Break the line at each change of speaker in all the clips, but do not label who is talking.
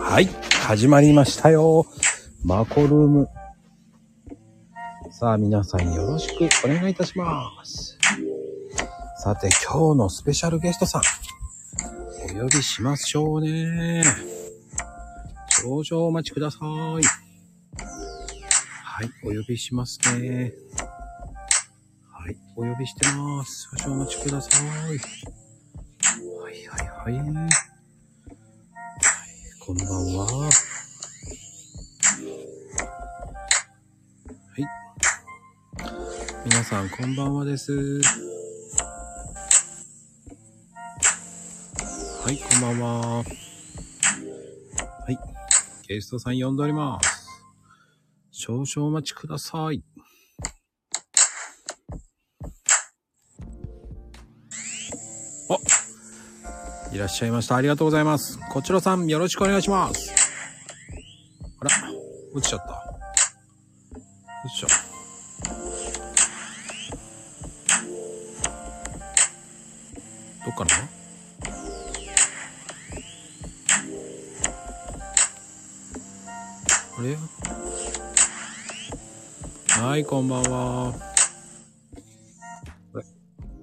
はい、始まりましたよ。マコルーム。さあ、皆さんよろしくお願いいたします。さて、今日のスペシャルゲストさん、お呼びしましょうね。少々お待ちください。はい、お呼びしますね。はい、お呼びしてます。少々お待ちください。はいはいはい。こんばんは。はい。皆さん、こんばんはです。はい、こんばんは。はい。ゲストさん呼んでおります。少々お待ちください。あ、いらっしゃいました。ありがとうございます。こちらさん、よろしくお願いします。あら、落ちちゃった。よいしょ。どっかなあれはい、こんばんは。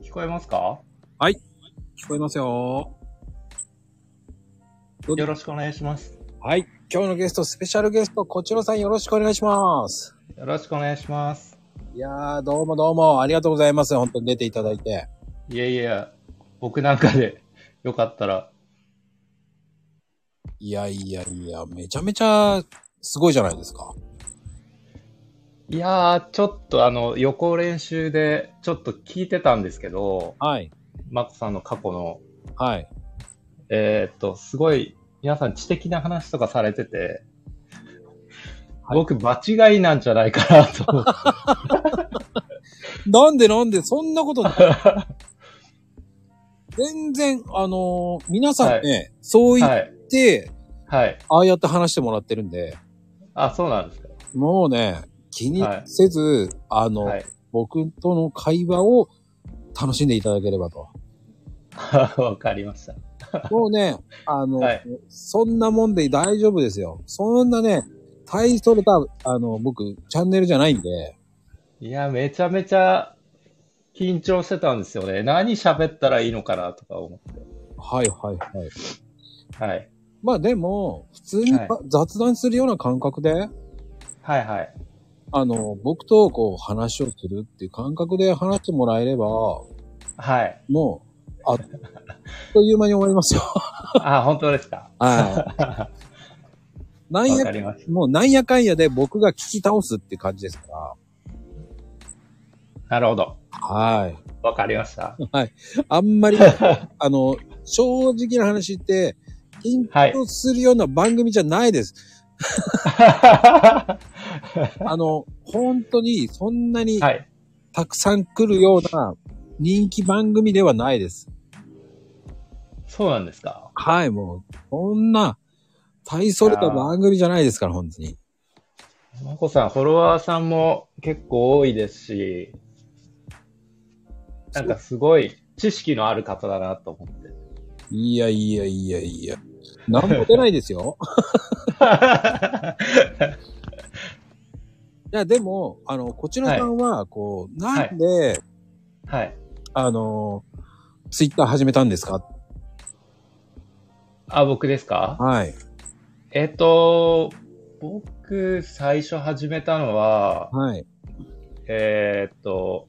聞こえますか
聞こえますよ。
よろしくお願いします。
はい、今日のゲスト、スペシャルゲスト、こちらさん、よろしくお願いします。
よろしくお願いします。
いやー、どうもどうも、ありがとうございます。本当に出ていただいて。
いやいや、僕なんかで よかったら、
いやいやいや、めちゃめちゃすごいじゃないですか。
いやー、ちょっとあの、予行練習でちょっと聞いてたんですけど、
はい。
マコさんの過去の、
はい。
えーっと、すごい、皆さん知的な話とかされてて、僕、場違いなんじゃないかなと思って。
なんでなんで、そんな ことない。全然、あのー皆さんね、そう言っ
はい。
て、
はい。
ああやって話してもらってるんで、
あ、そうなんですか。
もうね、気にせず、あの、
はい。
僕との会話を楽しんでいただければと。
わかりました。
もうね、あの、
はい
そんなもんで大丈夫ですよ。そんなね、大それた、あの、僕、チャンネルじゃないんで、
いや、めちゃめちゃ緊張してたんですよね。何喋ったらいいのかなとか思って。
はいはいはい。
はい。
まあでも、普通に
はい
ば雑談するような感覚で、
はいはい。
あの、僕とこう話をするっていう感覚で話してもらえれば、
はい。
もう、あっという間に終わりますよ。
あ、本当ですか。
はい。なん
わ
や
か、りまし
もうなんやかんやで僕が聞き倒すって感じですか
た。なるほど。
ら。はい。
わかりま した。
あんま り、あの、正直な話って、緊
はい。
張するような番組じゃない です。あの、本当にそんなに
はい。
たくさん来るような人気番組ではないです。
そうなんですか。
はい、もう、そんな、大それた番組じゃないですから、本当に。
まこさん、フォロワーさんも結構多いですし、なんかすごい知識のある方だなと思って。
いやいやいやいや。なんも出ないです よ。いや、でも、あの、こちらさんは、こう、
はい
なんで、
はい。
あの、ツイッター始めたんですか
あ、僕ですか
はい。
えっと、僕、最初始めたのは、
はい。
えーっと、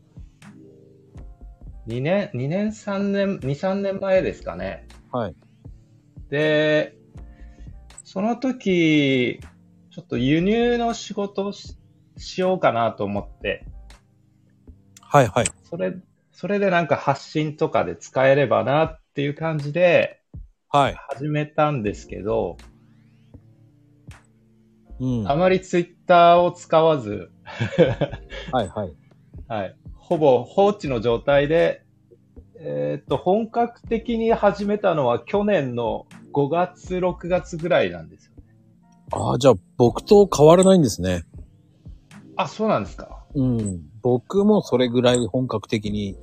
2年、2年、3年、2、3年前ですかね。
はい。
で、その時、ちょっと輸入の仕事をししようかなと思って、
はいはい。
それ、それでなんか発信とかで使えればなっていう感じで
はい。
始めたんですけど、
うん。
あ
は
まりツイッターを使わず、
いはい。
はい。ほぼ放置の状態で、えーっと、本格的に始めたのは去年の5月、6月ぐらいなんですよ。
ああ、じゃあ僕と変わらないんですね。
あ、そうなんですか。
うん。僕もそれぐらい本格的に。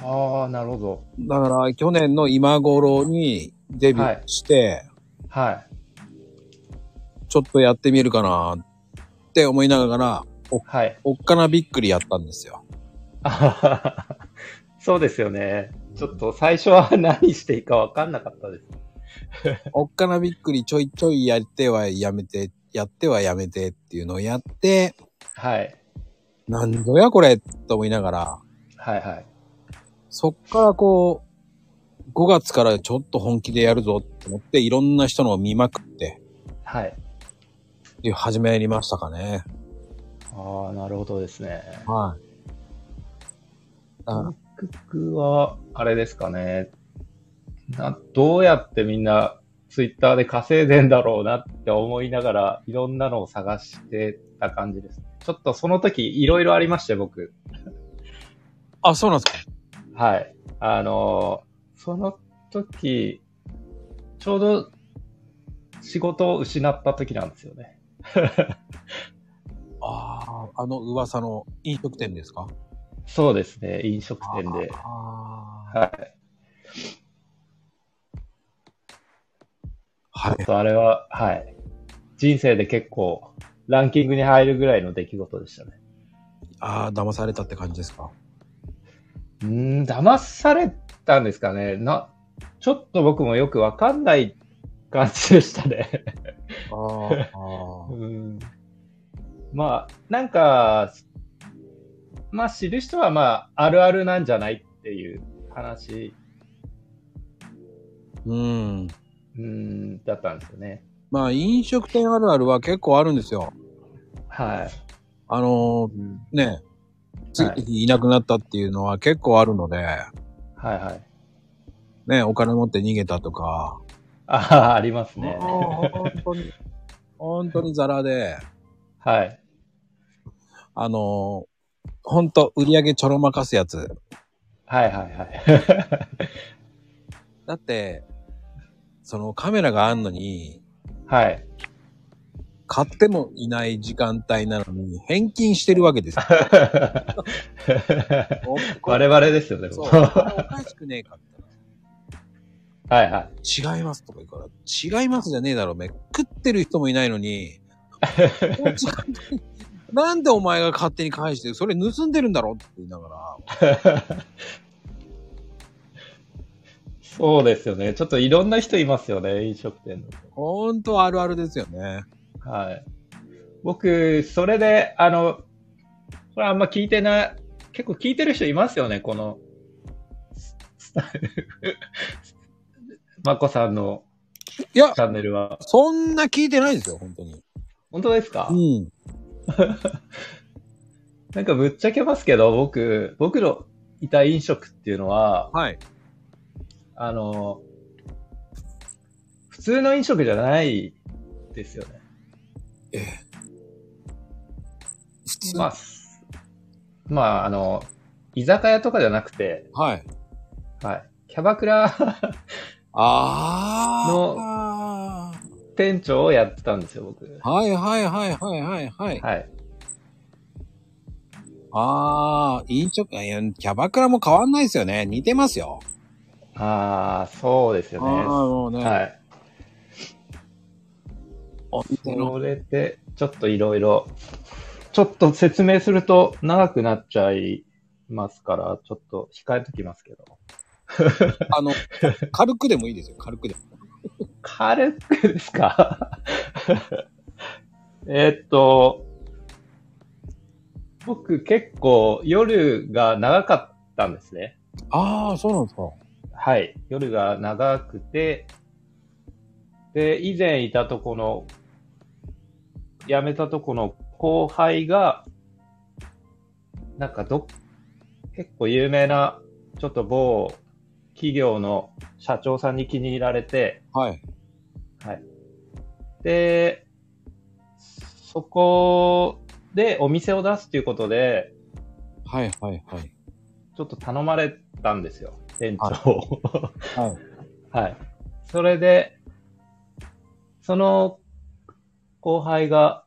ああ、なるほど。
だから去年の今頃にデビューして、
は
ちょっとやってみるかなって思いながら、
い。はい。
おっかなびっくりやったんですよ。
あはははそうですよね。ちょっと最初は何していいか分かんなかったです。
おっかなびっくりちょいちょいやってはやめて、やってはやめてっていうのをやって、
はい。
なんぞやこれと思いながら、
はいはい。
そっからこう、5月からちょっと本気でやるぞって思って、いろんな人のを見まくって、
はい。
で始めましたかね。
ああ、なるほどですね。
はい。あ
僕は、あれですかね。などうやってみんな、ツイッターで稼いでんだろうなって思いながら、いろんなのを探してた感じです。ちょっとその時、いろいろありまして、僕。
あ、そうなんですか。
はい。あのーその時、ちょうど仕事を失った時なんですよね。
ああ、あの噂の飲食店ですか
そうですね、飲食店で。
あー
はい。
はい。
ちょっとあれは、はい。人生で結構、ランキングに入るぐらいの出来事でしたね。
ああ、騙されたって感じですか。
うーん、騙されたんですかね。な、ちょっと僕もよくわかんない感じでしたね。
ああ
うん まあ、なんか、まあ知る人はまあ、あるあるなんじゃないっていう話、
うん。
うん、だったんですよね。
まあ、飲食店あるあるは結構あるんですよ。
はい。
あのーね、つ
はい
いなくなったっていうのは結構あるので、
はいはい。
ね、お金持って逃げたとか、
ああ、あります
ね
ね、。
本当に、 本当にザラで、
はい。
あのー、本当売り上げちょろまかすやつ。
はいはいはい。
だって、そのカメラがあんのに、
はい。
買ってもいない時間帯なのに、返金してるわけです よ。
我々ですよね。
そう。
も
お
う
かしくねえかって
はいはい。
違いますとか言うから、違いますじゃねえだろ、おめえ食ってる人もいないのに、 こっちがなんでお前が勝手に返して、それ盗んでるんだろって言いながら、
そうですよね。ちょっといろんな人いますよね、飲食店の。
ほんとあるあるですよね。
はい。僕、それで、あの、これあんま聞いてない、結構聞いてる人いますよね、この、スタイル。まこさんの
いや
チ、ャンネルは。
そんな聞いてないですよ、本当に。
本当ですか
うん。
なんかぶっちゃけますけど、僕、僕のいた飲食っていうのは、
はい。
あの、普通の飲食じゃないですよね。
ええ。普通、
まあ、すまあ、あの、居酒屋とかじゃなくて、
はい。
はい。キャバクラ
あー。
店長をやってたんですよ、僕。
はいはいはいはいはいはい。
はい。
あー、飲食、いやキャバクラも変わんないですよね。似てますよ。
ああ、そうですよね。
あー
は
もうね。
い。
お店の
それで、ちょっといろいろ、ちょっと説明すると長くなっちゃいますから、ちょっと控えときますけど。
あの、軽くでもいいですよ、軽くでも。
軽くですか えーっと、僕結構夜が長かったんですね。
ああ、そうなんですか。
はい。夜が長くて、で、以前いたとこの、辞めたとこの後輩が、なんかど、結構有名な、ちょっと某企業の社長さんに気に入られて、
はい。
で、そこでお店を出すということで、
はい、はい、はい。
ちょっと頼まれたんですよ、店長を。
はい。
はい。それで、その後輩が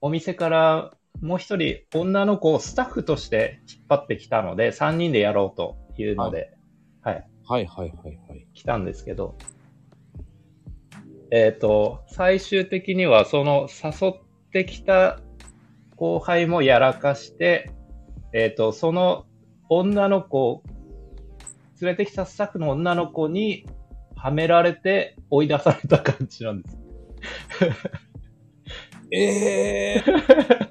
お店からもう一人女の子をスタッフとして引っ張ってきたので、3人でやろうというので、はい、
はい、はい、はい、はい。
来たんですけど、えっ、と、最終的にはその誘ってきた後輩もやらかして、えっ、と、その女の子、連れてきたスタッフの女の子にはめられて追い出された感じなんです。
ええー。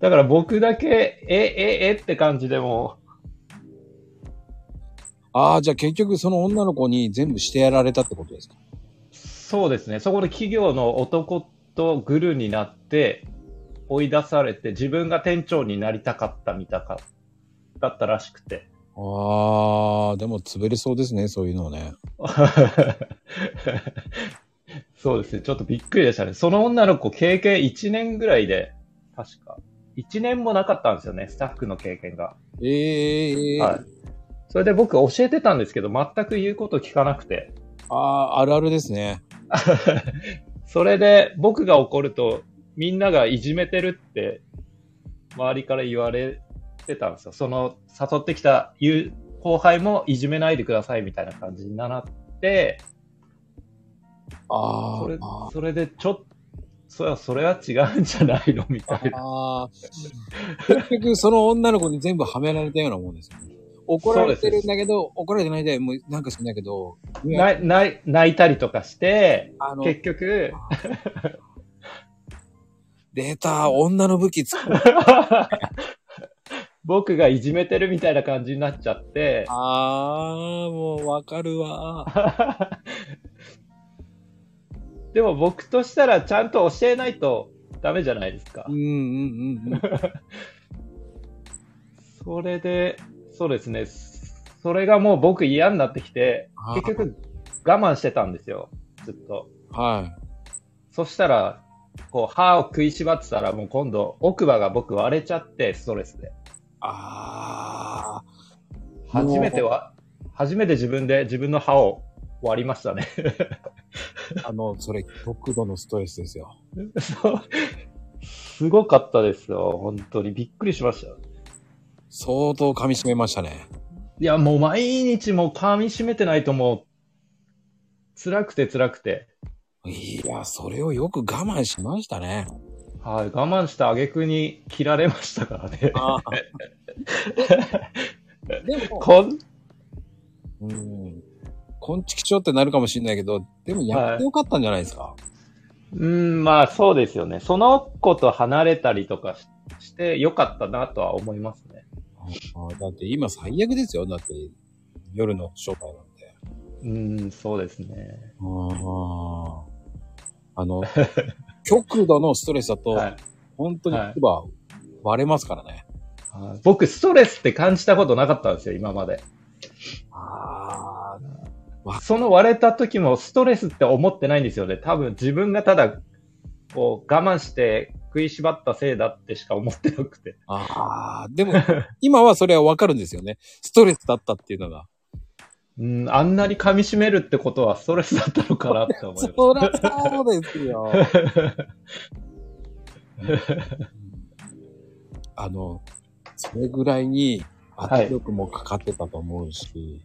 だから僕だけ、え、え、えって感じでも
ああ、じゃあ結局その女の子に全部してやられたってことですか
う、そうですね。そこで企業の男とグルになって追い出されて自分が店長になりたかったみたか、だったらしくて。
ああ、でも潰れそうですね、そういうのね。
そうですね。ちょっとびっくりでしたね。その女の子経験1年ぐらいで、確か。1年もなかったんですよね、スタッフの経験が。
ええー。
はい。それで僕教えてたんですけど、全く言うこと聞かなくて。
ああ、あるあるですね。
それで僕が怒ると、みんながいじめてるって、周りから言われてたんですよ。その、誘ってきた友後輩もいじめないでくださいみたいな感じになって、
あ
それ
ーあー。
それでちょっそれはそれは違うんじゃないのみたいな。
ああ。結局その女の子に全部はめられたようなもんですよね。怒られてるんだけど、怒られてないで、もうなんか知んないけど、
ないない泣いたりとかして、
あの、
結局、
出た、女の武器 使う。
僕がいじめてるみたいな感じになっちゃって、
ああ、もうわかるわ。
でも僕としたらちゃんと教えないとダメじゃないですか
うん。うん うんうん。
それで、そうですね。それがもう僕嫌になってきて、
あ
結局我慢してたんですよ。ずっと。
は
そしたら、こう、歯を食いしばってたら、もう今度、奥歯が僕割れちゃって、ストレスで。
い。ああ。
初めては、初めて自分で自分の歯を割りましたね。
あの、それ、極度のストレスですよ。
そうすごかったですよ。本当に。びっくりしました。
相当噛み締めましたね。
いや、もう毎日もう噛み締めてないともう、辛くて辛くて。
いや、それをよく我慢しましたね。
はい。我慢した挙句に切られましたからね。
あでも、
こん、
うん。昆虫症ってなるかもしれないけど、でもやってよかったんじゃないですか。
うん、まあそうですよね。その子と離れたりとかししてよかったなとは思いますね。
あだって今最悪ですよ。だって、夜の商売なんて。
うん、そうですね。
ああの、 極度のストレスだと、
はい
本当に
はい
牙割れますからね。
はい僕、ストレスって感じたことなかったんですよ、今まで。
ああ、
その割れた時もストレスって思ってないんですよね。多分自分がただ、こう、我慢して食いしばったせいだってしか思ってなくて。
ああ、でも、今はそれはわかるんですよね。ストレスだったっていうのが。
うん、あんなに噛み締めるってことはストレスだったのかなって思います。
そらそうですよ。 あの、それぐらいに
はい
圧力もかかってたと思うし、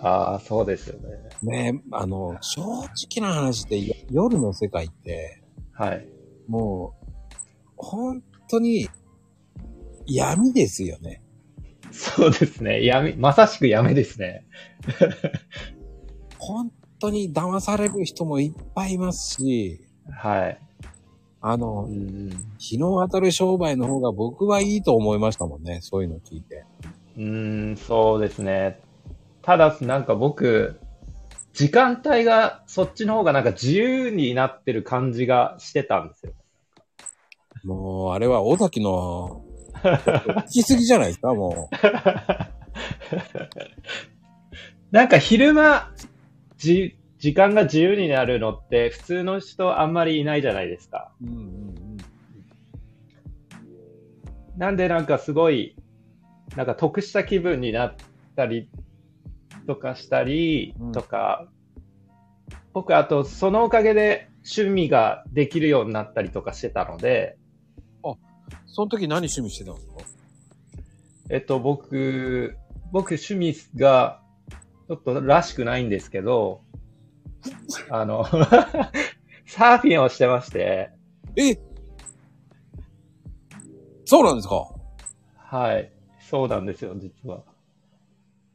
ああ、そうですよね。
ね、あの、正直な話でよ夜の世界って、
はい。
もう、本当に闇ですよね。
そうですね。やめ、まさしくやめですね。
本当に騙される人もいっぱいいますし、
はい。
あ
う
の、
ん、
日の当たる商売の方が僕はいいと思いましたもんね。そういうの聞いて。
うん、そうですね。ただ、なんか僕、時間帯がそっちの方がなんか自由になってる感じがしてたんですよ。
もう、あれは尾崎 の、聞きすぎじゃないですか、もう。
なんか昼間、じ、時間が自由になるのって普通の人あんまりいないじゃないですか。
うんうん
なんでなんかすごい、なんか得した気分になったりとかしたり
うん
とか、僕あとそのおかげで趣味ができるようになったりとかしてたので、
その時何趣味してたんですか
えっと僕、僕趣味がちょっとらしくないんですけど、あの、サーフィンをしてまして、
えそうなんですか
はい。そうなんですよ、実は。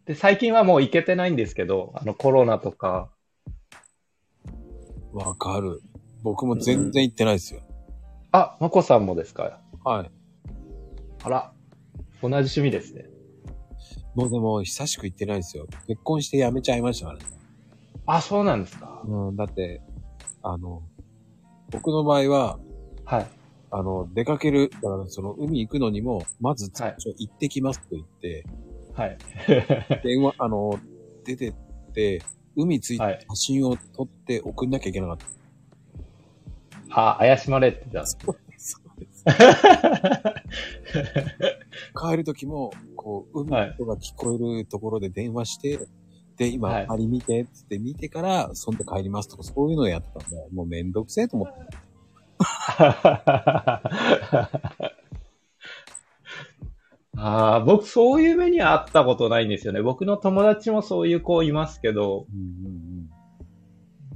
で、最近はもう行けてないんですけど、あのコロナとか、
わかる。僕も全然行ってないですよ。
あ、まこさんもですか
はい。
あら、同じ趣味ですね。
もうでも、久しく行ってないですよ。結婚して辞めちゃいましたからね。
あ、そうなんですか。
うん、だって、あの、僕の場合は、
はい。
あの、出かける、だからその海行くのにも、まず、
はい
ちょ行ってきますと言って、
はい。
電話、あの、出てって、海ついて
はい
写真を撮って送んなきゃいけなかった。
あ、怪しまれて た。
そうです。そうです帰る時も、こう、海の音が聞こえるところで電話して、で、今、
はい
周り見て、つって見てから、そんで帰りますとか、そういうのをやってたんで、もうめんどくせえと思って。
ああ、僕、そういう目にはあったことないんですよね。僕の友達もそういう子いますけど、
うんうんうん。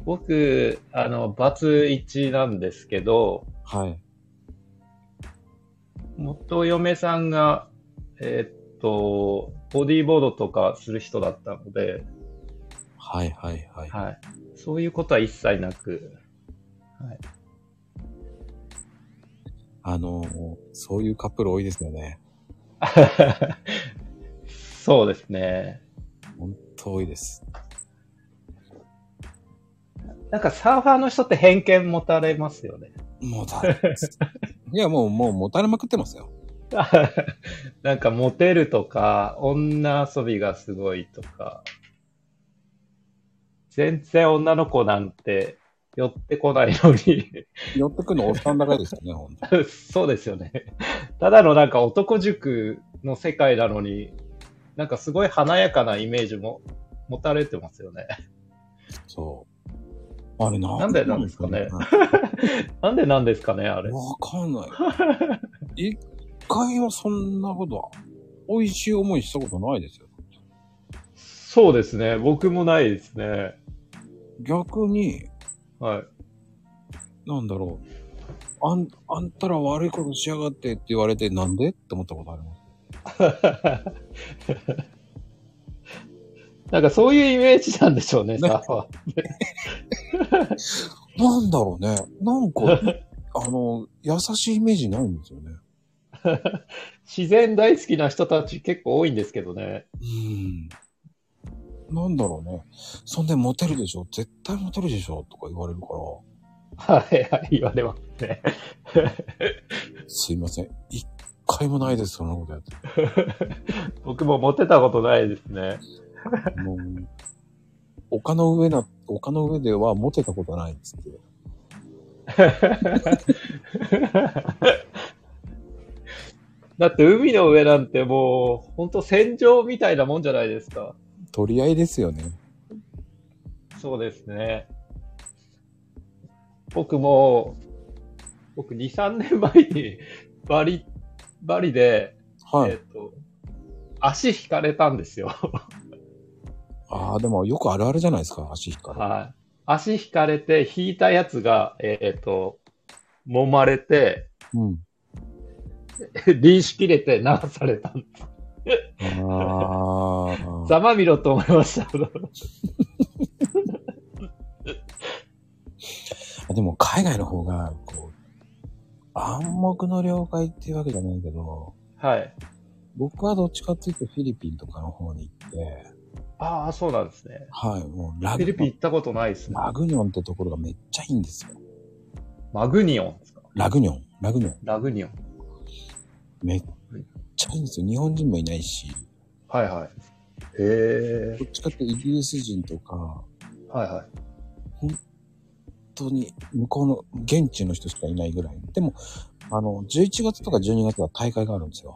僕、あの、バツ1なんですけど、
はい。
元嫁さんが、えーっと、ボディーボードとかする人だったので、
はいはいはい。
はい。そういうことは一切なく、
あのー、そういうカップル多いですよね。
そうですね。
ほんと多いです。
なんかサーファーの人って偏見持たれますよね。
もうだいぶです。 いや、もう、もう、もたれまくってますよ。
なんかモテるとか、女遊びがすごいとか、全然女の子なんて寄ってこないのに、
寄ってくのおっさんだからですよね、ほんと。
そうですよね。ただのなんか男塾の世界なのに、なんかすごい華やかなイメージも持たれてますよね。
そう。あれな、
なんでなんですかねなんでなんですかね、あれ。
わかんない。一回もそんなことは、美味しい思いしたことないですよ。
そうですね。僕もないですね。
逆に、
はい。
なんだろう。あん、あんたら悪いことしやがってって言われて、なんでって思ったことあります。
なんかそういうイメージなんでしょうね、
ね
サーファー。
なんだろうね。なんか、あの、優しいイメージないんですよね。
自然大好きな人たち結構多いんですけどね。
うん。なんだろうね。そんでモテるでしょ絶対モテるでしょとか言われるから、
はいはい、言われますね。
すいません。一回もないです、そんなことやって。
僕もモテたことないですね。
もう、丘の上な、丘の上ではモテたことないんですって。
だって海の上なんてもう、ほんと戦場みたいなもんじゃないですか。
取り合いですよね。
そうですね。僕も、僕2、3年前に バリ、バリで、
はい。
えっと、足引かれたんですよ。
ああ、でもよくあるあるじゃないですか、足引っかる。
はい。足引かれて、引いたやつが、えっと、揉まれて、
うん。
臨死切れて流されたんです
ああ。
ざまみろと思いました。
あでも海外の方が、こう、暗黙の了解っていうわけじゃないけど、
はい。
僕はどっちかっていうとフィリピンとかの方に行って、
ああ、そうなんですね。
はい、もうラ
フ
グ
ィリピン行ったことないですね。
ラグニョンってところがめっちゃいいんですよ。
マグニオンですか
ラグニョン、ラグニョン。
ラグニオン。
めっちゃいいんですよ。日本人もいないし、
はいはい。へえ。
どっちかってイギリス人とか、
はいはい。
本当に向こうの現地の人しかいないぐらい。でも、あの、11月とか12月は大会があるんですよ。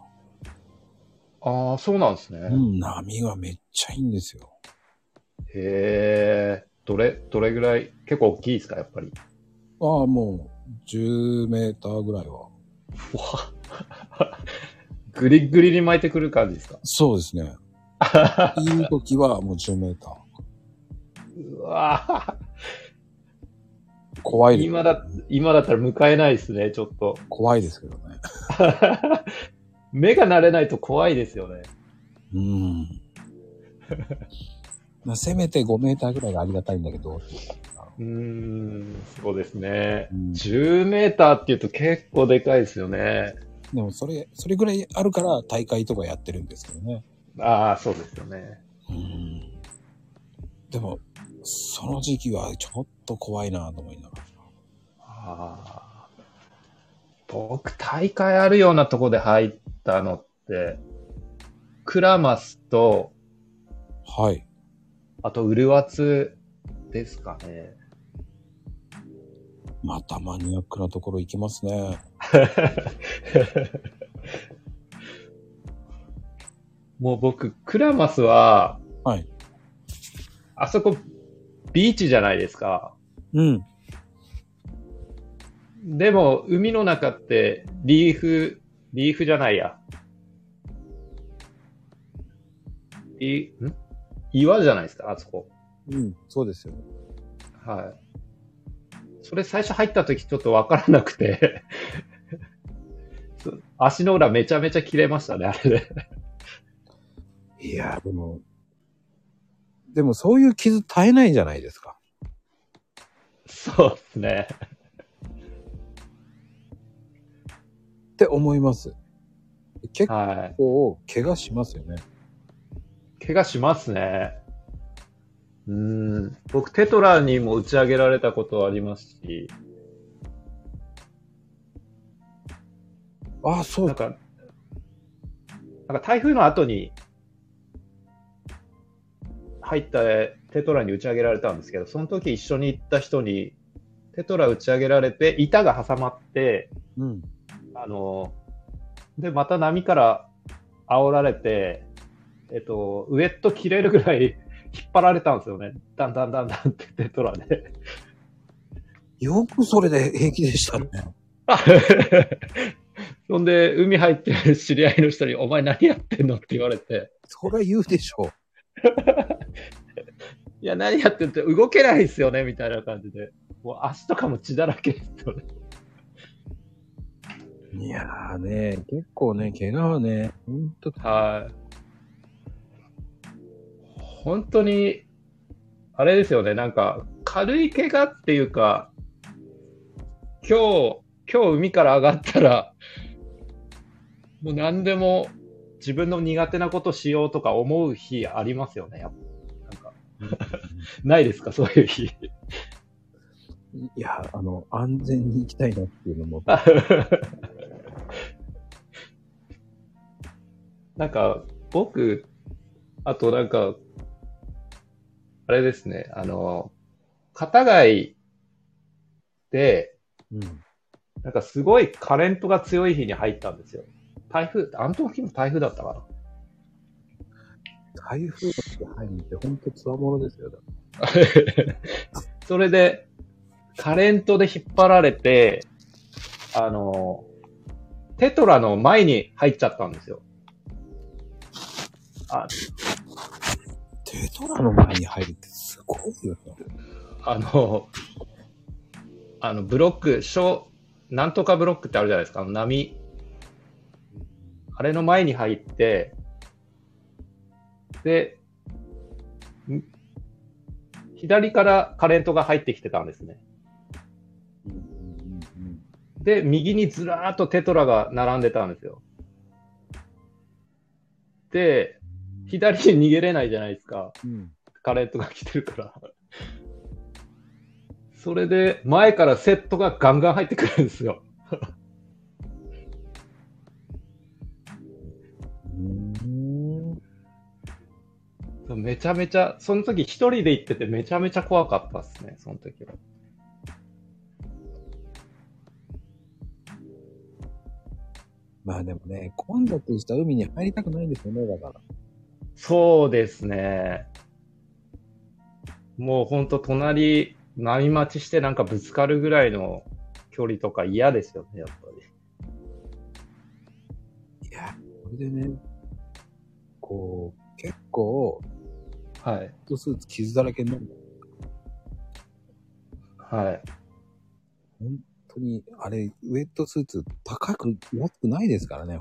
ああ、そうなんですね。
うん、波がめっちゃいいんですよ。
へえ。どれ、どれぐらい、結構大きいですか、やっぱり。
ああ、もう、10メーターぐらいは。
わグリッグリに巻いてくる感じですか。
そう ですね。いい時はもう10メーター。
うわ
怖いです。
今だ、今だったら迎えないですね、ちょっと。
怖いですけどね。
目が慣れないと怖いですよね。
うん。まあ、せめて5メーターぐらいがありがたいんだけど。
うーん、そうですね。
うん
10メーターって言うと結構でかいですよね。
でもそれ、それぐらいあるから大会とかやってるんですけどね。
ああ、そうですよね。
うん。でも、その時期はちょっと怖いなと思いながら。
あー僕、大会あるようなとこで入ったのって、クラマスと、
はい。
あと、ウルワツですかね。
またマニアックなところ行きますね。
もう僕、クラマスは、
はい
あそこ、ビーチじゃないですか。
うん。
でも、海の中って、リーフ、リーフじゃないや。い、ん岩じゃないですか、あそこ。
うん。そうですよね。
はい。それ最初入った時ちょっとわからなくて そ足の裏めちゃめちゃ切れましたね、あれで。
いや、でも、でもそういう傷絶えないじゃないですか。
そうですね。
って思います。結
は
構、怪我しますよね。
い。怪我しますね。うーん。僕、テトラにも打ち上げられたことありますし、
ああ、そ
なん
う。
か、なんか台風の後に入ったテトラに打ち上げられたんですけど、その時一緒に行った人に、テトラ打ち上げられて、板が挟まって、
うん。
あの、で、また波から煽られて、えっと、ウエット切れるぐらい 引っ張られたんですよね。だんだんだんだんってテトラ で。
よくそれで平気でしたね。
そんで、海入ってる知り合いの人に、お前何やってんのって言われて、
そりゃ言うでしょう。
いや、何やってんって動けないですよね、みたいな感じで。もう足とかも血だらけですよね。
いやーね、結構ね、怪我はね、ほんと、
はい。本当に、あれですよね、なんか、軽い怪我っていうか、今日、今日海から上がったら、もう何でも自分の苦手なことしようとか思う日ありますよね、やっぱなんかないですか、そういう日。
いや、あの、安全に行きたいなっていうのも、
なんか、僕、あとなんか、あれですね、あの、片貝で、
うん。
なんかすごいカレントが強い日に入ったんですよ。台風、あの時も台風だったか
台風が入るってほんとつわものですよ。だか
な。それで、カレントで引っ張られて、あの、テトラの前に入っちゃったんですよ。あ、
らテトラの前に入るってすごいよね。
あの、あの、ブロック、小、なんとかブロックってあるじゃないですか、あの波。あれの前に入って、で、ん左からカレントが入ってきてたんですね。
うんうんうん
で、右にずらーっとテトラが並んでたんですよ。で、左に逃げれないじゃないですか。
うん。
カレントが来てるから。それで、前からセットがガンガン入ってくるんですよ。
うん。うん。
めちゃめちゃ、その時一人で行っててめちゃめちゃ怖かったっすね、その時は。
まあでもね、混雑した海に入りたくないですよね、だから。
そうですね。もうほんと隣、波待ちしてなんかぶつかるぐらいの距離とか嫌ですよね、やっぱ
いや、これでね、こう、結構、
り。はい。
スーツ傷だらけになる。
はい。
本当に、あれ、ウェットスーツ高く、安くないですからね。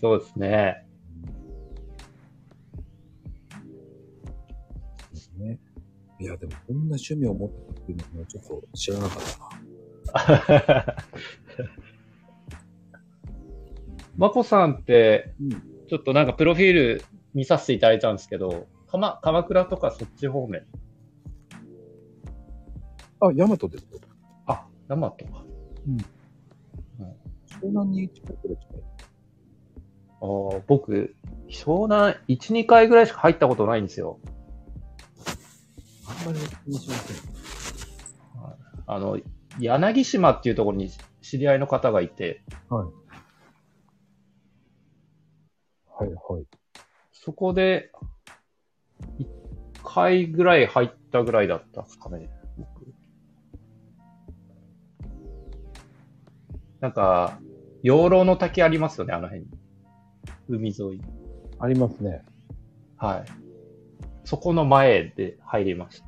そうですね。
ね。いや、でもこんな趣味を持ってたっていうのはちょっと知らなかったな。
まこさんって
うん、
ちょっとなんかプロフィール見させていただいたんですけど、かま、鎌倉とかそっち方面。
あ、ヤマトですよ。
あ、大和か。
湘南に近くで近い。
あー僕、湘南1、2回ぐらいしか入ったことないんですよ。
あんまり気にしません。
あの、柳島っていうところに知り合いの方がいて、
はいはい。
そこで、1回ぐらい入ったぐらいだったんですかね、僕。なんか、養老の滝ありますよね、あの辺に。海沿い。
ありますね。
はい。そこの前で入りました。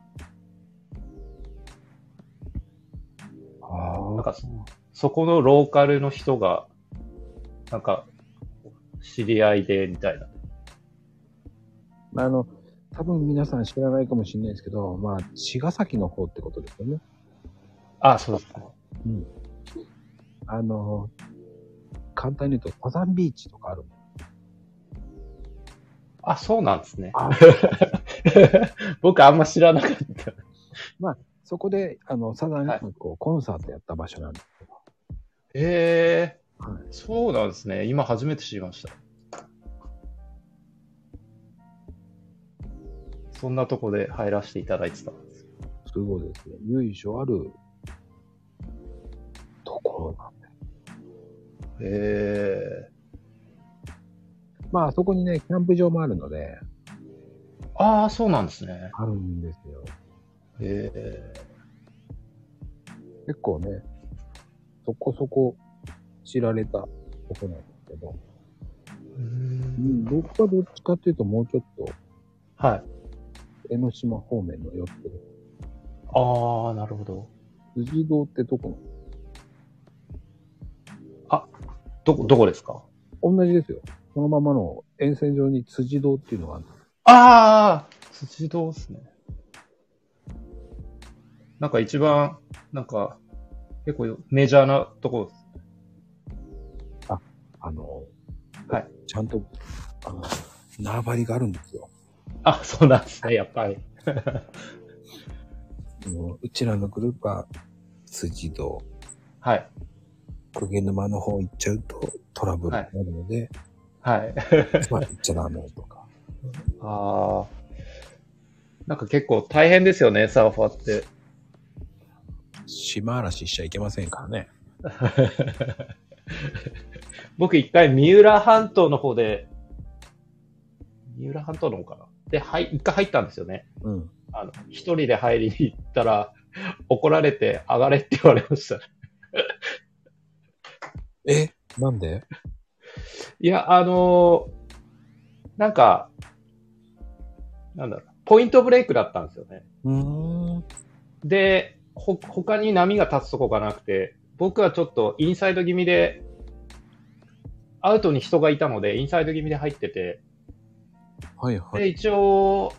あ
なん
あ。
かそ、そこのローカルの人が、なんか、知り合いで、みたいな。
あの、多分皆さん知らないかもしれないですけど、まあ、茅ヶ崎の方ってことですよね。
あ、そうですね。
あの、簡単に言うと、サザンビーチとかあるんで
あ、そうなんですね
あ。
僕あんま知らなかった。
そこで、あの、サザンがこう、コンサートやった場所なんですけど、
ええ
は
そうなんですね。今初めて知りました。そんなとこで入らせていただいてたんです。
すごいですね。由緒あるところなんで。
え
まあ、そこにね、キャンプ場もあるので、
えああ、そうなんですね。
あるんですよ。
ええ
結構ね、そこそこ知られたとこなんですけど、うん、僕はどっちかっていうともうちょっと
はい。
江ノ島方面の寄ってる、
ああ、なるほど。
辻堂ってとこの、
どこ、どこですか
同じですよ。そのままの沿線上に辻堂っていうのがある。
ああ辻堂ですね。なんか一番、なんか、結構メジャーなとこです。
あの、
はい。
ちゃんと、あの、縄張りがあるんですよ。
あ、そうなんですね、やっぱり。
あのうちらのグループは、辻堂、
はい。
久毛沼の方行っちゃうとトラブルになるので、
はい。
まあ行っちゃダメとか。
ああ。なんか結構大変ですよね、サーファーって。
島嵐しちゃいけませんからね。
僕一回三浦半島の方で、三浦半島の方かなで、はい、一回入ったんですよね。
うん。
あの、一人で入りに行ったら、怒られて、上がれって言われました。
えなんで
いや、あのーなんか、なんだろう、ポイントブレイクだったんですよね。
うーん。
で、ほ、他に波が立つとこがなくて、僕はちょっとインサイド気味で、アウトに人がいたので、インサイド気味で入ってて、
はいは
で、
い。
一応、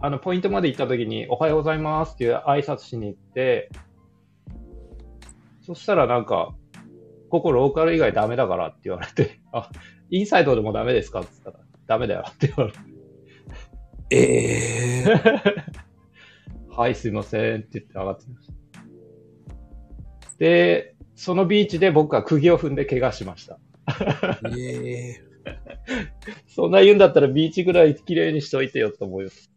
あの、ポイントまで行った時に、おはようございますっていう挨拶しに行って、そしたらなんか、ここローカル以外ダメだからって言われて、あ、インサイドでもダメですかって言ったら、ダメだよって言われて、
ええー。
はい、すいませんって言って上がってきました。で、そのビーチで僕は釘を踏んで怪我しました。
ええ
そんな言うんだったらビーチぐらい綺麗にしといてよと思います。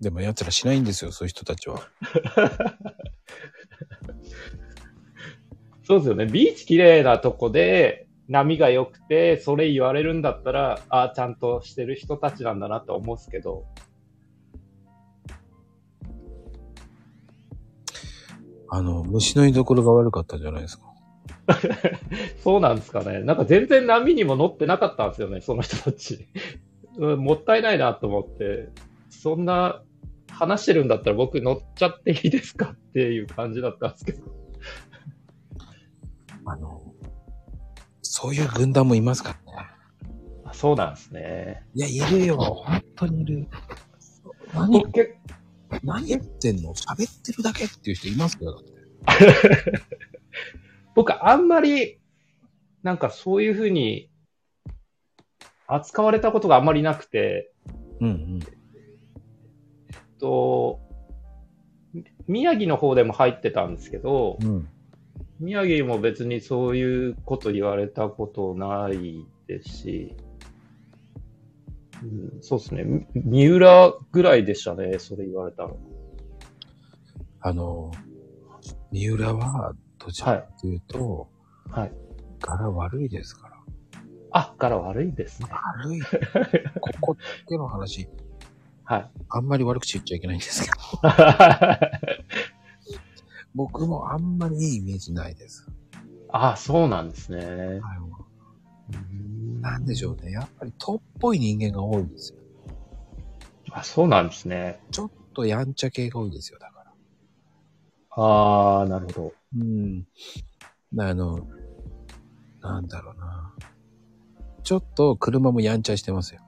でも奴らしないんですよ、そういう人たちは。
そうですよね。ビーチ綺麗なとこで、波が良くて、それ言われるんだったら、ああ、ちゃんとしてる人たちなんだなと思うんですけど。
あの、虫の居所が悪かったじゃないですか。
そうなんですかね。なんか全然波にも乗ってなか ったんですよね、その人たち。うんもったいないなと思って。そんな話してるんだったら僕乗っちゃっていいですかっていう感じだったんですけど。
あの、そういう軍団もいますからね。
あそうなんですね。
いや、いるよ。本当にいる。何、
僕結
何言ってんの喋ってるだけっていう人いますけど、だって
僕あんまり、なんかそういうふうに扱われたことがあんまりなくて、
うんうん。
えっと、み宮城の方でも入ってたんですけど、
うん。
宮城も別にそういうこと言われたことないですし、うん、そうですね。み三浦ぐらいでしたね、それ言われたの。
あの、三浦は、どちらかというと、
はいはい
柄悪いですから。
あ、柄悪いですね。
悪い。ここっての話、
はい。
あんまり悪口言っちゃいけないんですけど、僕もあんまりいいイメージないです。
あ、そうなんですね。
はいなんでしょうね。やっぱりトっぽい人間が多いんですよ。
あ、そうなんですね。
ちょっとやんちゃ系が多いですよ、だから。
ああ、なるほど。
うん。あの、なんだろうな。ちょっと車もやんちゃしてますよ。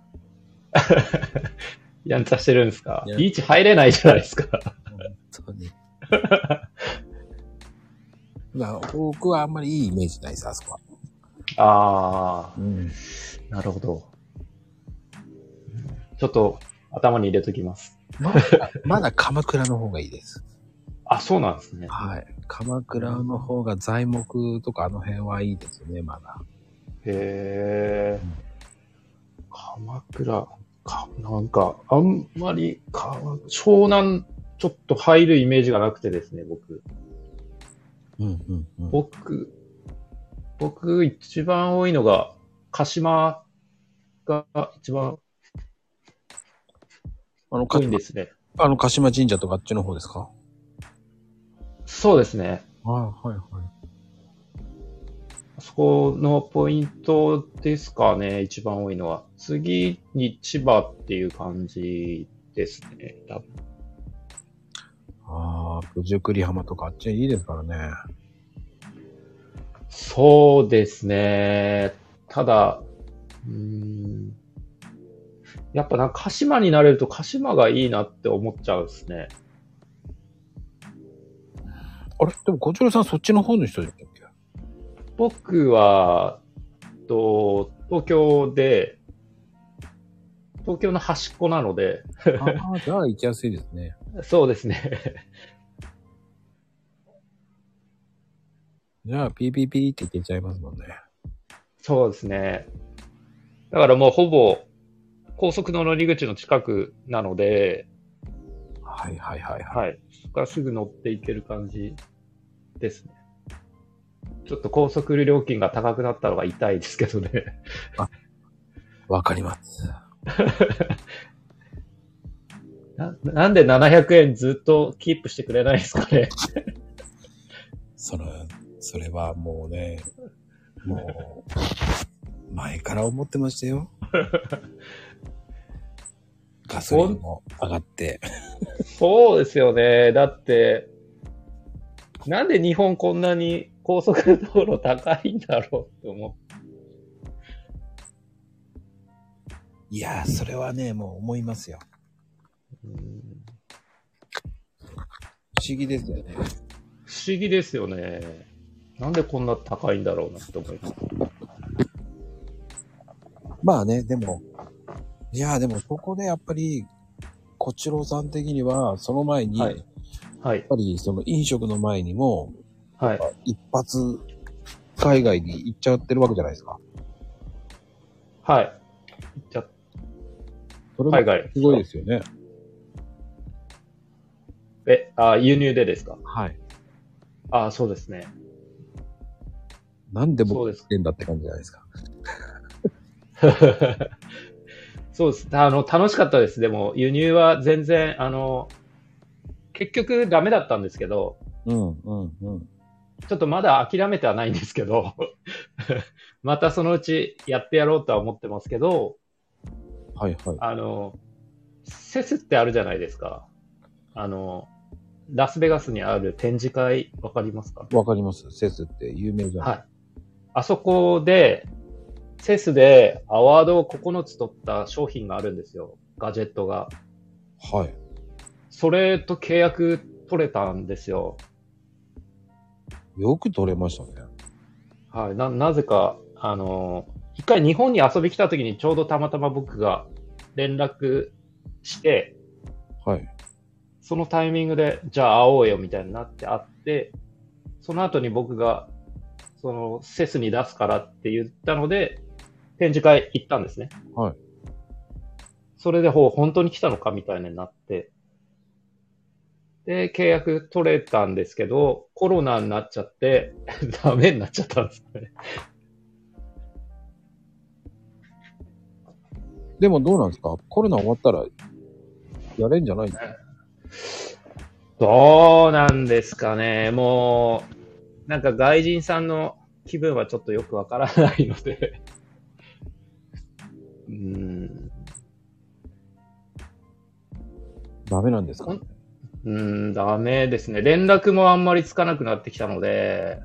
やんちゃしてるんですか
いや
ビーチ入れないじゃないですか。
本当に。 まあ、僕はあんまりいいイメージないです、あそこは。
ああ、
うん。
なるほど。ちょっと頭に入れときます。
まだ、まだ鎌倉の方がいいです。
あ、そうなんですね。
はい。鎌倉の方が材木とかあの辺はいいですよね、まだ。
へえ。鎌倉、か、なんか、あんまり、か、湘南、ちょっと入るイメージがなくてですね、僕。
うんうんうん。
僕、僕、一番多いのが、鹿島が一番
あの、か
多いんですね。
あの、鹿島神社とかあっちの方ですか
そうですね。
はいはいはい。
そこのポイントですかね、一番多いのは。次に千葉っていう感じですね。多分
ああ、九十九里浜とかあっちいいですからね。
そうですね。ただ、うーん。やっぱなんか鹿島になれると鹿島がいいなって思っちゃうんですね。
あれでも、小次郎さんそっちの方の人でしたっけ
僕は、と、東京で、東京の端っこなので、
ああ、じゃあ行きやすいですね。
そうですね。
じゃあ、ピーピーピーって行けちゃいますもんね。
そうですね。だからもうほぼ高速の乗り口の近くなので、
はいはいはいはい。
はい。そこからすぐ乗っていける感じですね。ちょっと高速料金が高くなったのが痛いですけどね。
わかります。
ななんで700円ずっとキープしてくれないんですかね。
その、それはもうね、もう、前から思ってました よ。ガソリンも上がって。
そうですよね。だって、なんで日本こんなに高速道路高いんだろうって思
いやー、それはね、もう思いますよ。
う。うん
不思議ですよね。
不思議ですよね。なんでこんな高いんだろうなって思います。
まあね、でも、いやー、でもそこでやっぱり、小次郎さん的には、その前に、
はい
やっ
はい。
ぱりその飲食の前にも、
はい。
一発、海外に行っちゃってるわけじゃないですか。
はい。じゃ
それ
海
も
外。
すごいですよね。
え、あ、輸入でですか
はい。
あ、そうですね。
なんで
そ
僕
う
っ
です。
てんだって感じじゃないですか。
そうです。あの、楽しかったです。でも、輸入は全然、あの、結局ダメだったんですけど、
うんうんうん。
ちょっとまだ諦めてはないんですけど、 またそのうちやってやろうとは思ってますけど、
はいはい。
あの、セスってあるじゃないですか。あの、ラスベガスにある展示会、わかりますか
わかります。セスって有名じゃん。
はい。あそこで、セスでアワードを9つ取った商品があるんですよ。ガジェットが。
はい。
それと契約取れたんですよ。
よく取れましたね。
はい。な、なぜか、あの、一回日本に遊び来た時にちょうどたまたま僕が連絡して、
はい。
そのタイミングで、じゃあ会おうよみたいになって会って、その後に僕が、その、セスに出すからって言ったので、展示会行ったんですね。
はい。
それで、ほう、本当に来たのかみたいになって、で、契約取れたんですけど、コロナになっちゃって、 ダメになっちゃったんですね。
でもどうなんですかコロナ終わったら、やれんじゃないんですか
どうなんですかね。もう、なんか外人さんの気分はちょっとよくわからないので。うーん、
ダメなんですか
んうーん、ダメですね。連絡もあんまりつかなくなってきたので、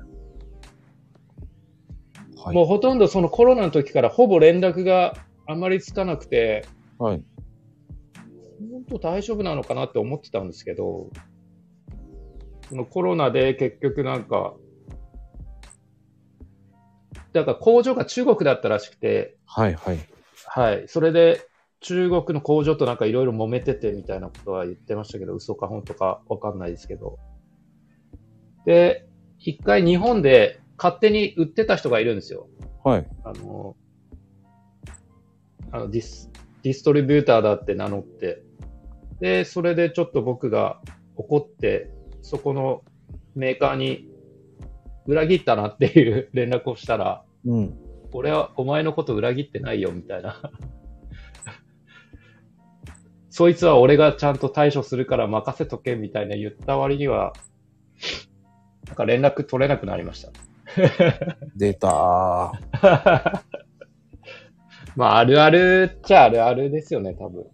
は
もう
い。
ほとんどそのコロナの時からほぼ連絡があんまりつかなくて、
はい。
本当大丈夫なのかなって思ってたんですけど、このコロナで結局なんか、だから工場が中国だったらしくて、
はい、はい。
はい、それで中国の工場となんかいろいろ揉めててみたいなことは言ってましたけど、嘘か本当かわかんないですけど。で、一回日本で勝手に売ってた人がいるんですよ。
はい。
あの、あのディス、ディストリビューターだって名乗って。で、それでちょっと僕が怒って、そこのメーカーに裏切ったなっていう連絡をしたら、
うん。
俺はお前のこと裏切ってないよ、みたいな。 そいつは俺がちゃんと対処するから任せとけ、みたいな言った割には、なんか連絡取れなくなりました。
出たー。
まあ、あるあるっちゃあるあるですよね、多分。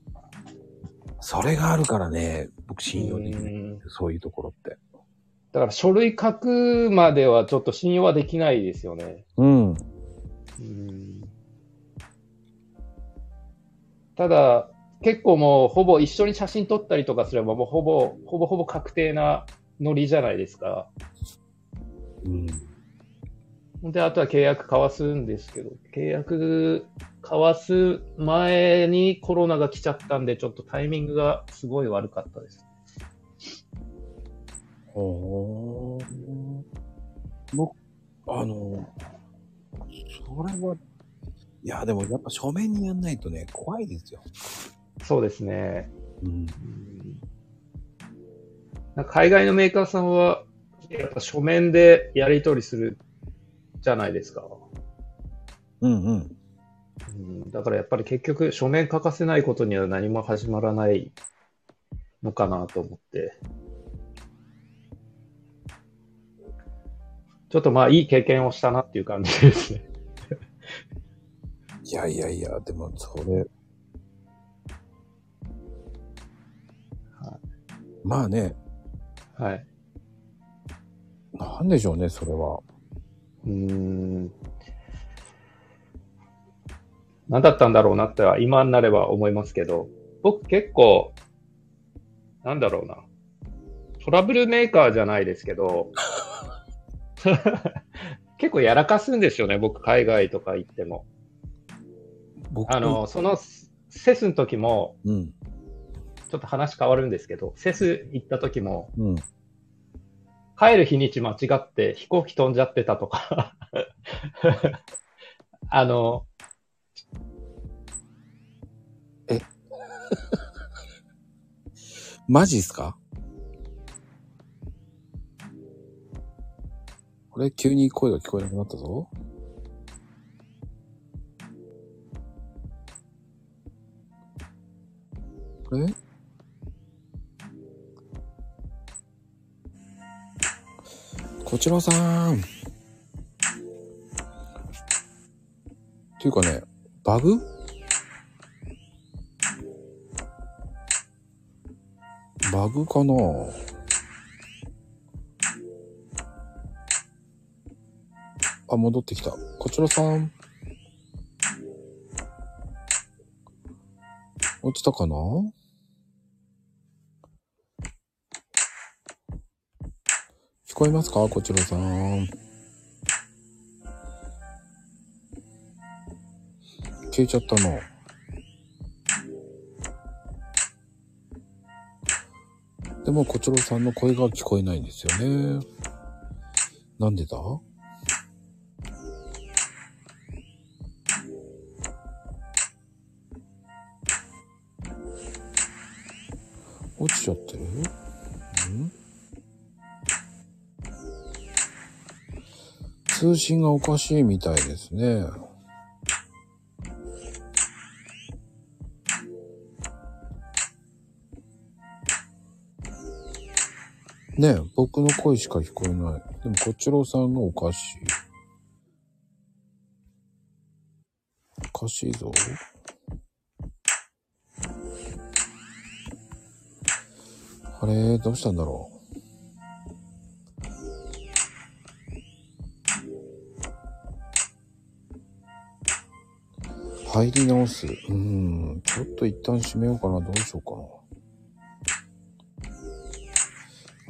それがあるからね、僕信用でき
う
ない。
ん
そういうところって。
だから書類書くまではちょっと信用はできないですよね。
うん。
うんただ、結構もうほぼ一緒に写真撮ったりとかすればもうほぼ、ほぼほぼ確定なノリじゃないですか。
うん。
で、あとは契約交わすんですけど、契約交わす前にコロナが来ちゃったんで、ちょっとタイミングがすごい悪かったです。
ほー。僕、あの、それは、いや、でもやっぱ書面にやんないとね、怖いですよ。
そうですね。
うん。
なんか海外のメーカーさんは、やっぱ書面でやり取りするじゃないですか。
うんうん。
うん、だからやっぱり結局、書面書かせないことには何も始まらないのかなと思って。ちょっとまあいい経験をしたなっていう感じですね。
いやいやいや、でもそれ。まあね、
はい。
なんでしょうね、それは。
うーん。何だったんだろうなっては今になれば思いますけど、僕結構、なんだろうな。トラブルメーカーじゃないですけど、 結構やらかすんですよね、僕海外とか行っても。
僕
あの、その、セスの時も、
うん、
ちょっと話変わるんですけど、セス行った時も、
うん。
帰る日にち間違って飛行機飛んじゃってたとか、 あの、
マジっすかこれ急に声が聞こえなくなったぞ。これこちらさん。っていうかね、バグバグかなあ、戻ってきた。こちらさん。落ちたかな聞こえますかこちらさん。消えちゃったな。でも、こちらさんの声が聞こえないんですよね。なんでだ落ちちゃってるん通信がおかしいみたいですね。ねえ、僕の声しか聞こえない。でも、こっちろうさんがおかしい。おかしいぞ。あれ、どうしたんだろう。入り直す。うん。ちょっと一旦閉めようかな。どうしようかな。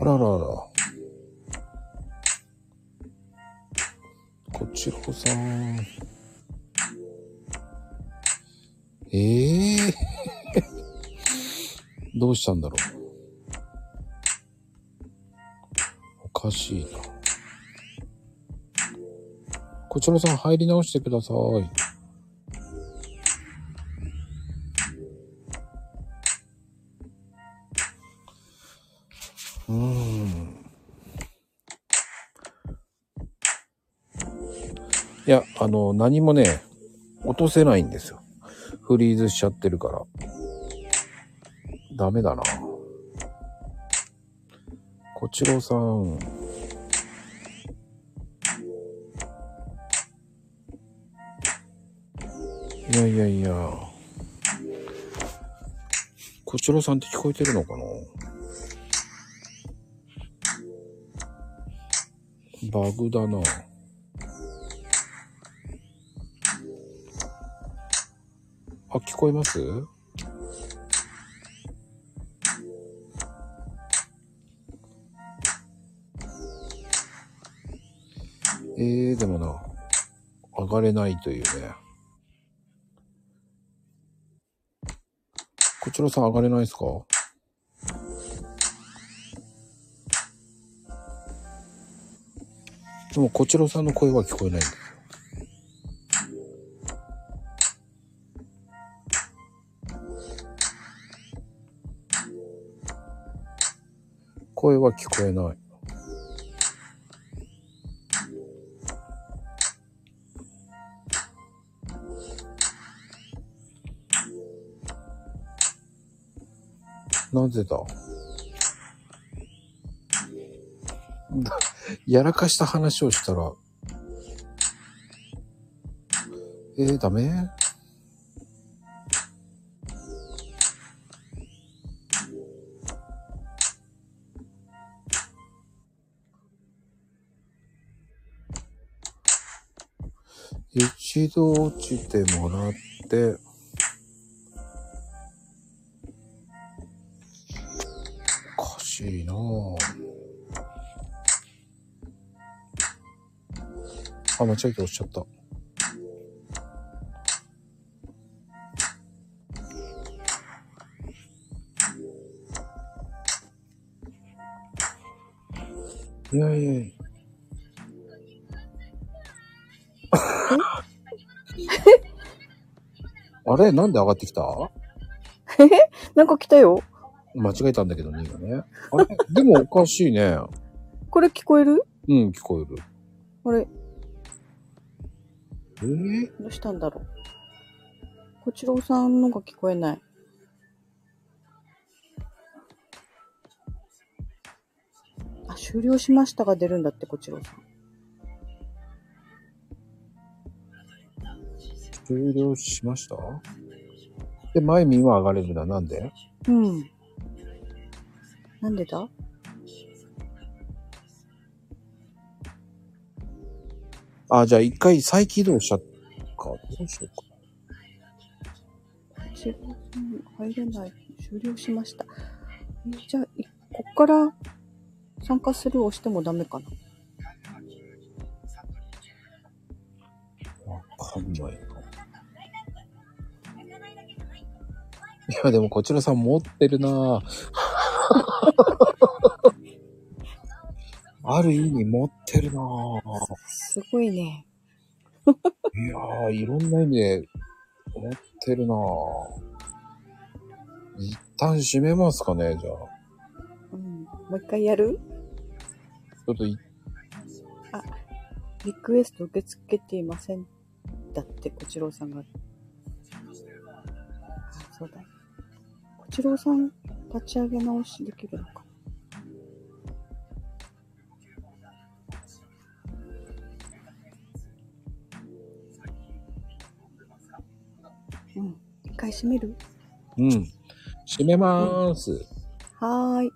あらららら。こちらさん。ええ どうしたんだろう。おかしいな。こちらさん入り直してください。うーん。いや、あの、何もね、落とせないんですよ。フリーズしちゃってるから。ダメだな。こちろうさん。いやいやいや。こちろうさんって聞こえてるのかなバグだな。あ、聞こえますえー、でもな、上がれないというね。こちらさん上がれないですかでも、こちらさんの声は聞こえないんですよ。声は聞こえない。なぜだだやらかした話をしたら、えー、ダメ一度落ちてもらって、おかしいなぁ。あ、間違えて押しちゃった。いやいやいや。 あれなんで上がってきた
なんか来たよ。
間違えたんだけどね、今ね。あれでもおかしいね。
これ聞こえる
うん、聞こえる。
あれ、
えー、
どうしたんだろう。こちらさんのが聞こえない。あ、終了しましたが出るんだって、こちらさん。
終了しましたで、前見は上がれるな。なんで
うん。なんでだ
あ、じゃあ一回再起動しちゃっか。どうしようか。
こちらさん入れない。終了しました。えじゃあ、いこっから参加するを押してもダメかな。
わかんないな。いや、でもこちらさん持ってるなぁ ある意味持ってるなぁ
すごいね。
いやぁ、いろんな意味で持ってるなぁ一旦閉めますかね、じゃあ。
うん。もう一回やる
ちょっとい、
リクエスト受け付けていません。だって、小次郎さんが。あ、そうだ。小次郎さん、立ち上げ直しできるのか。うん。一回閉める
うん。閉めまーす。
はーい。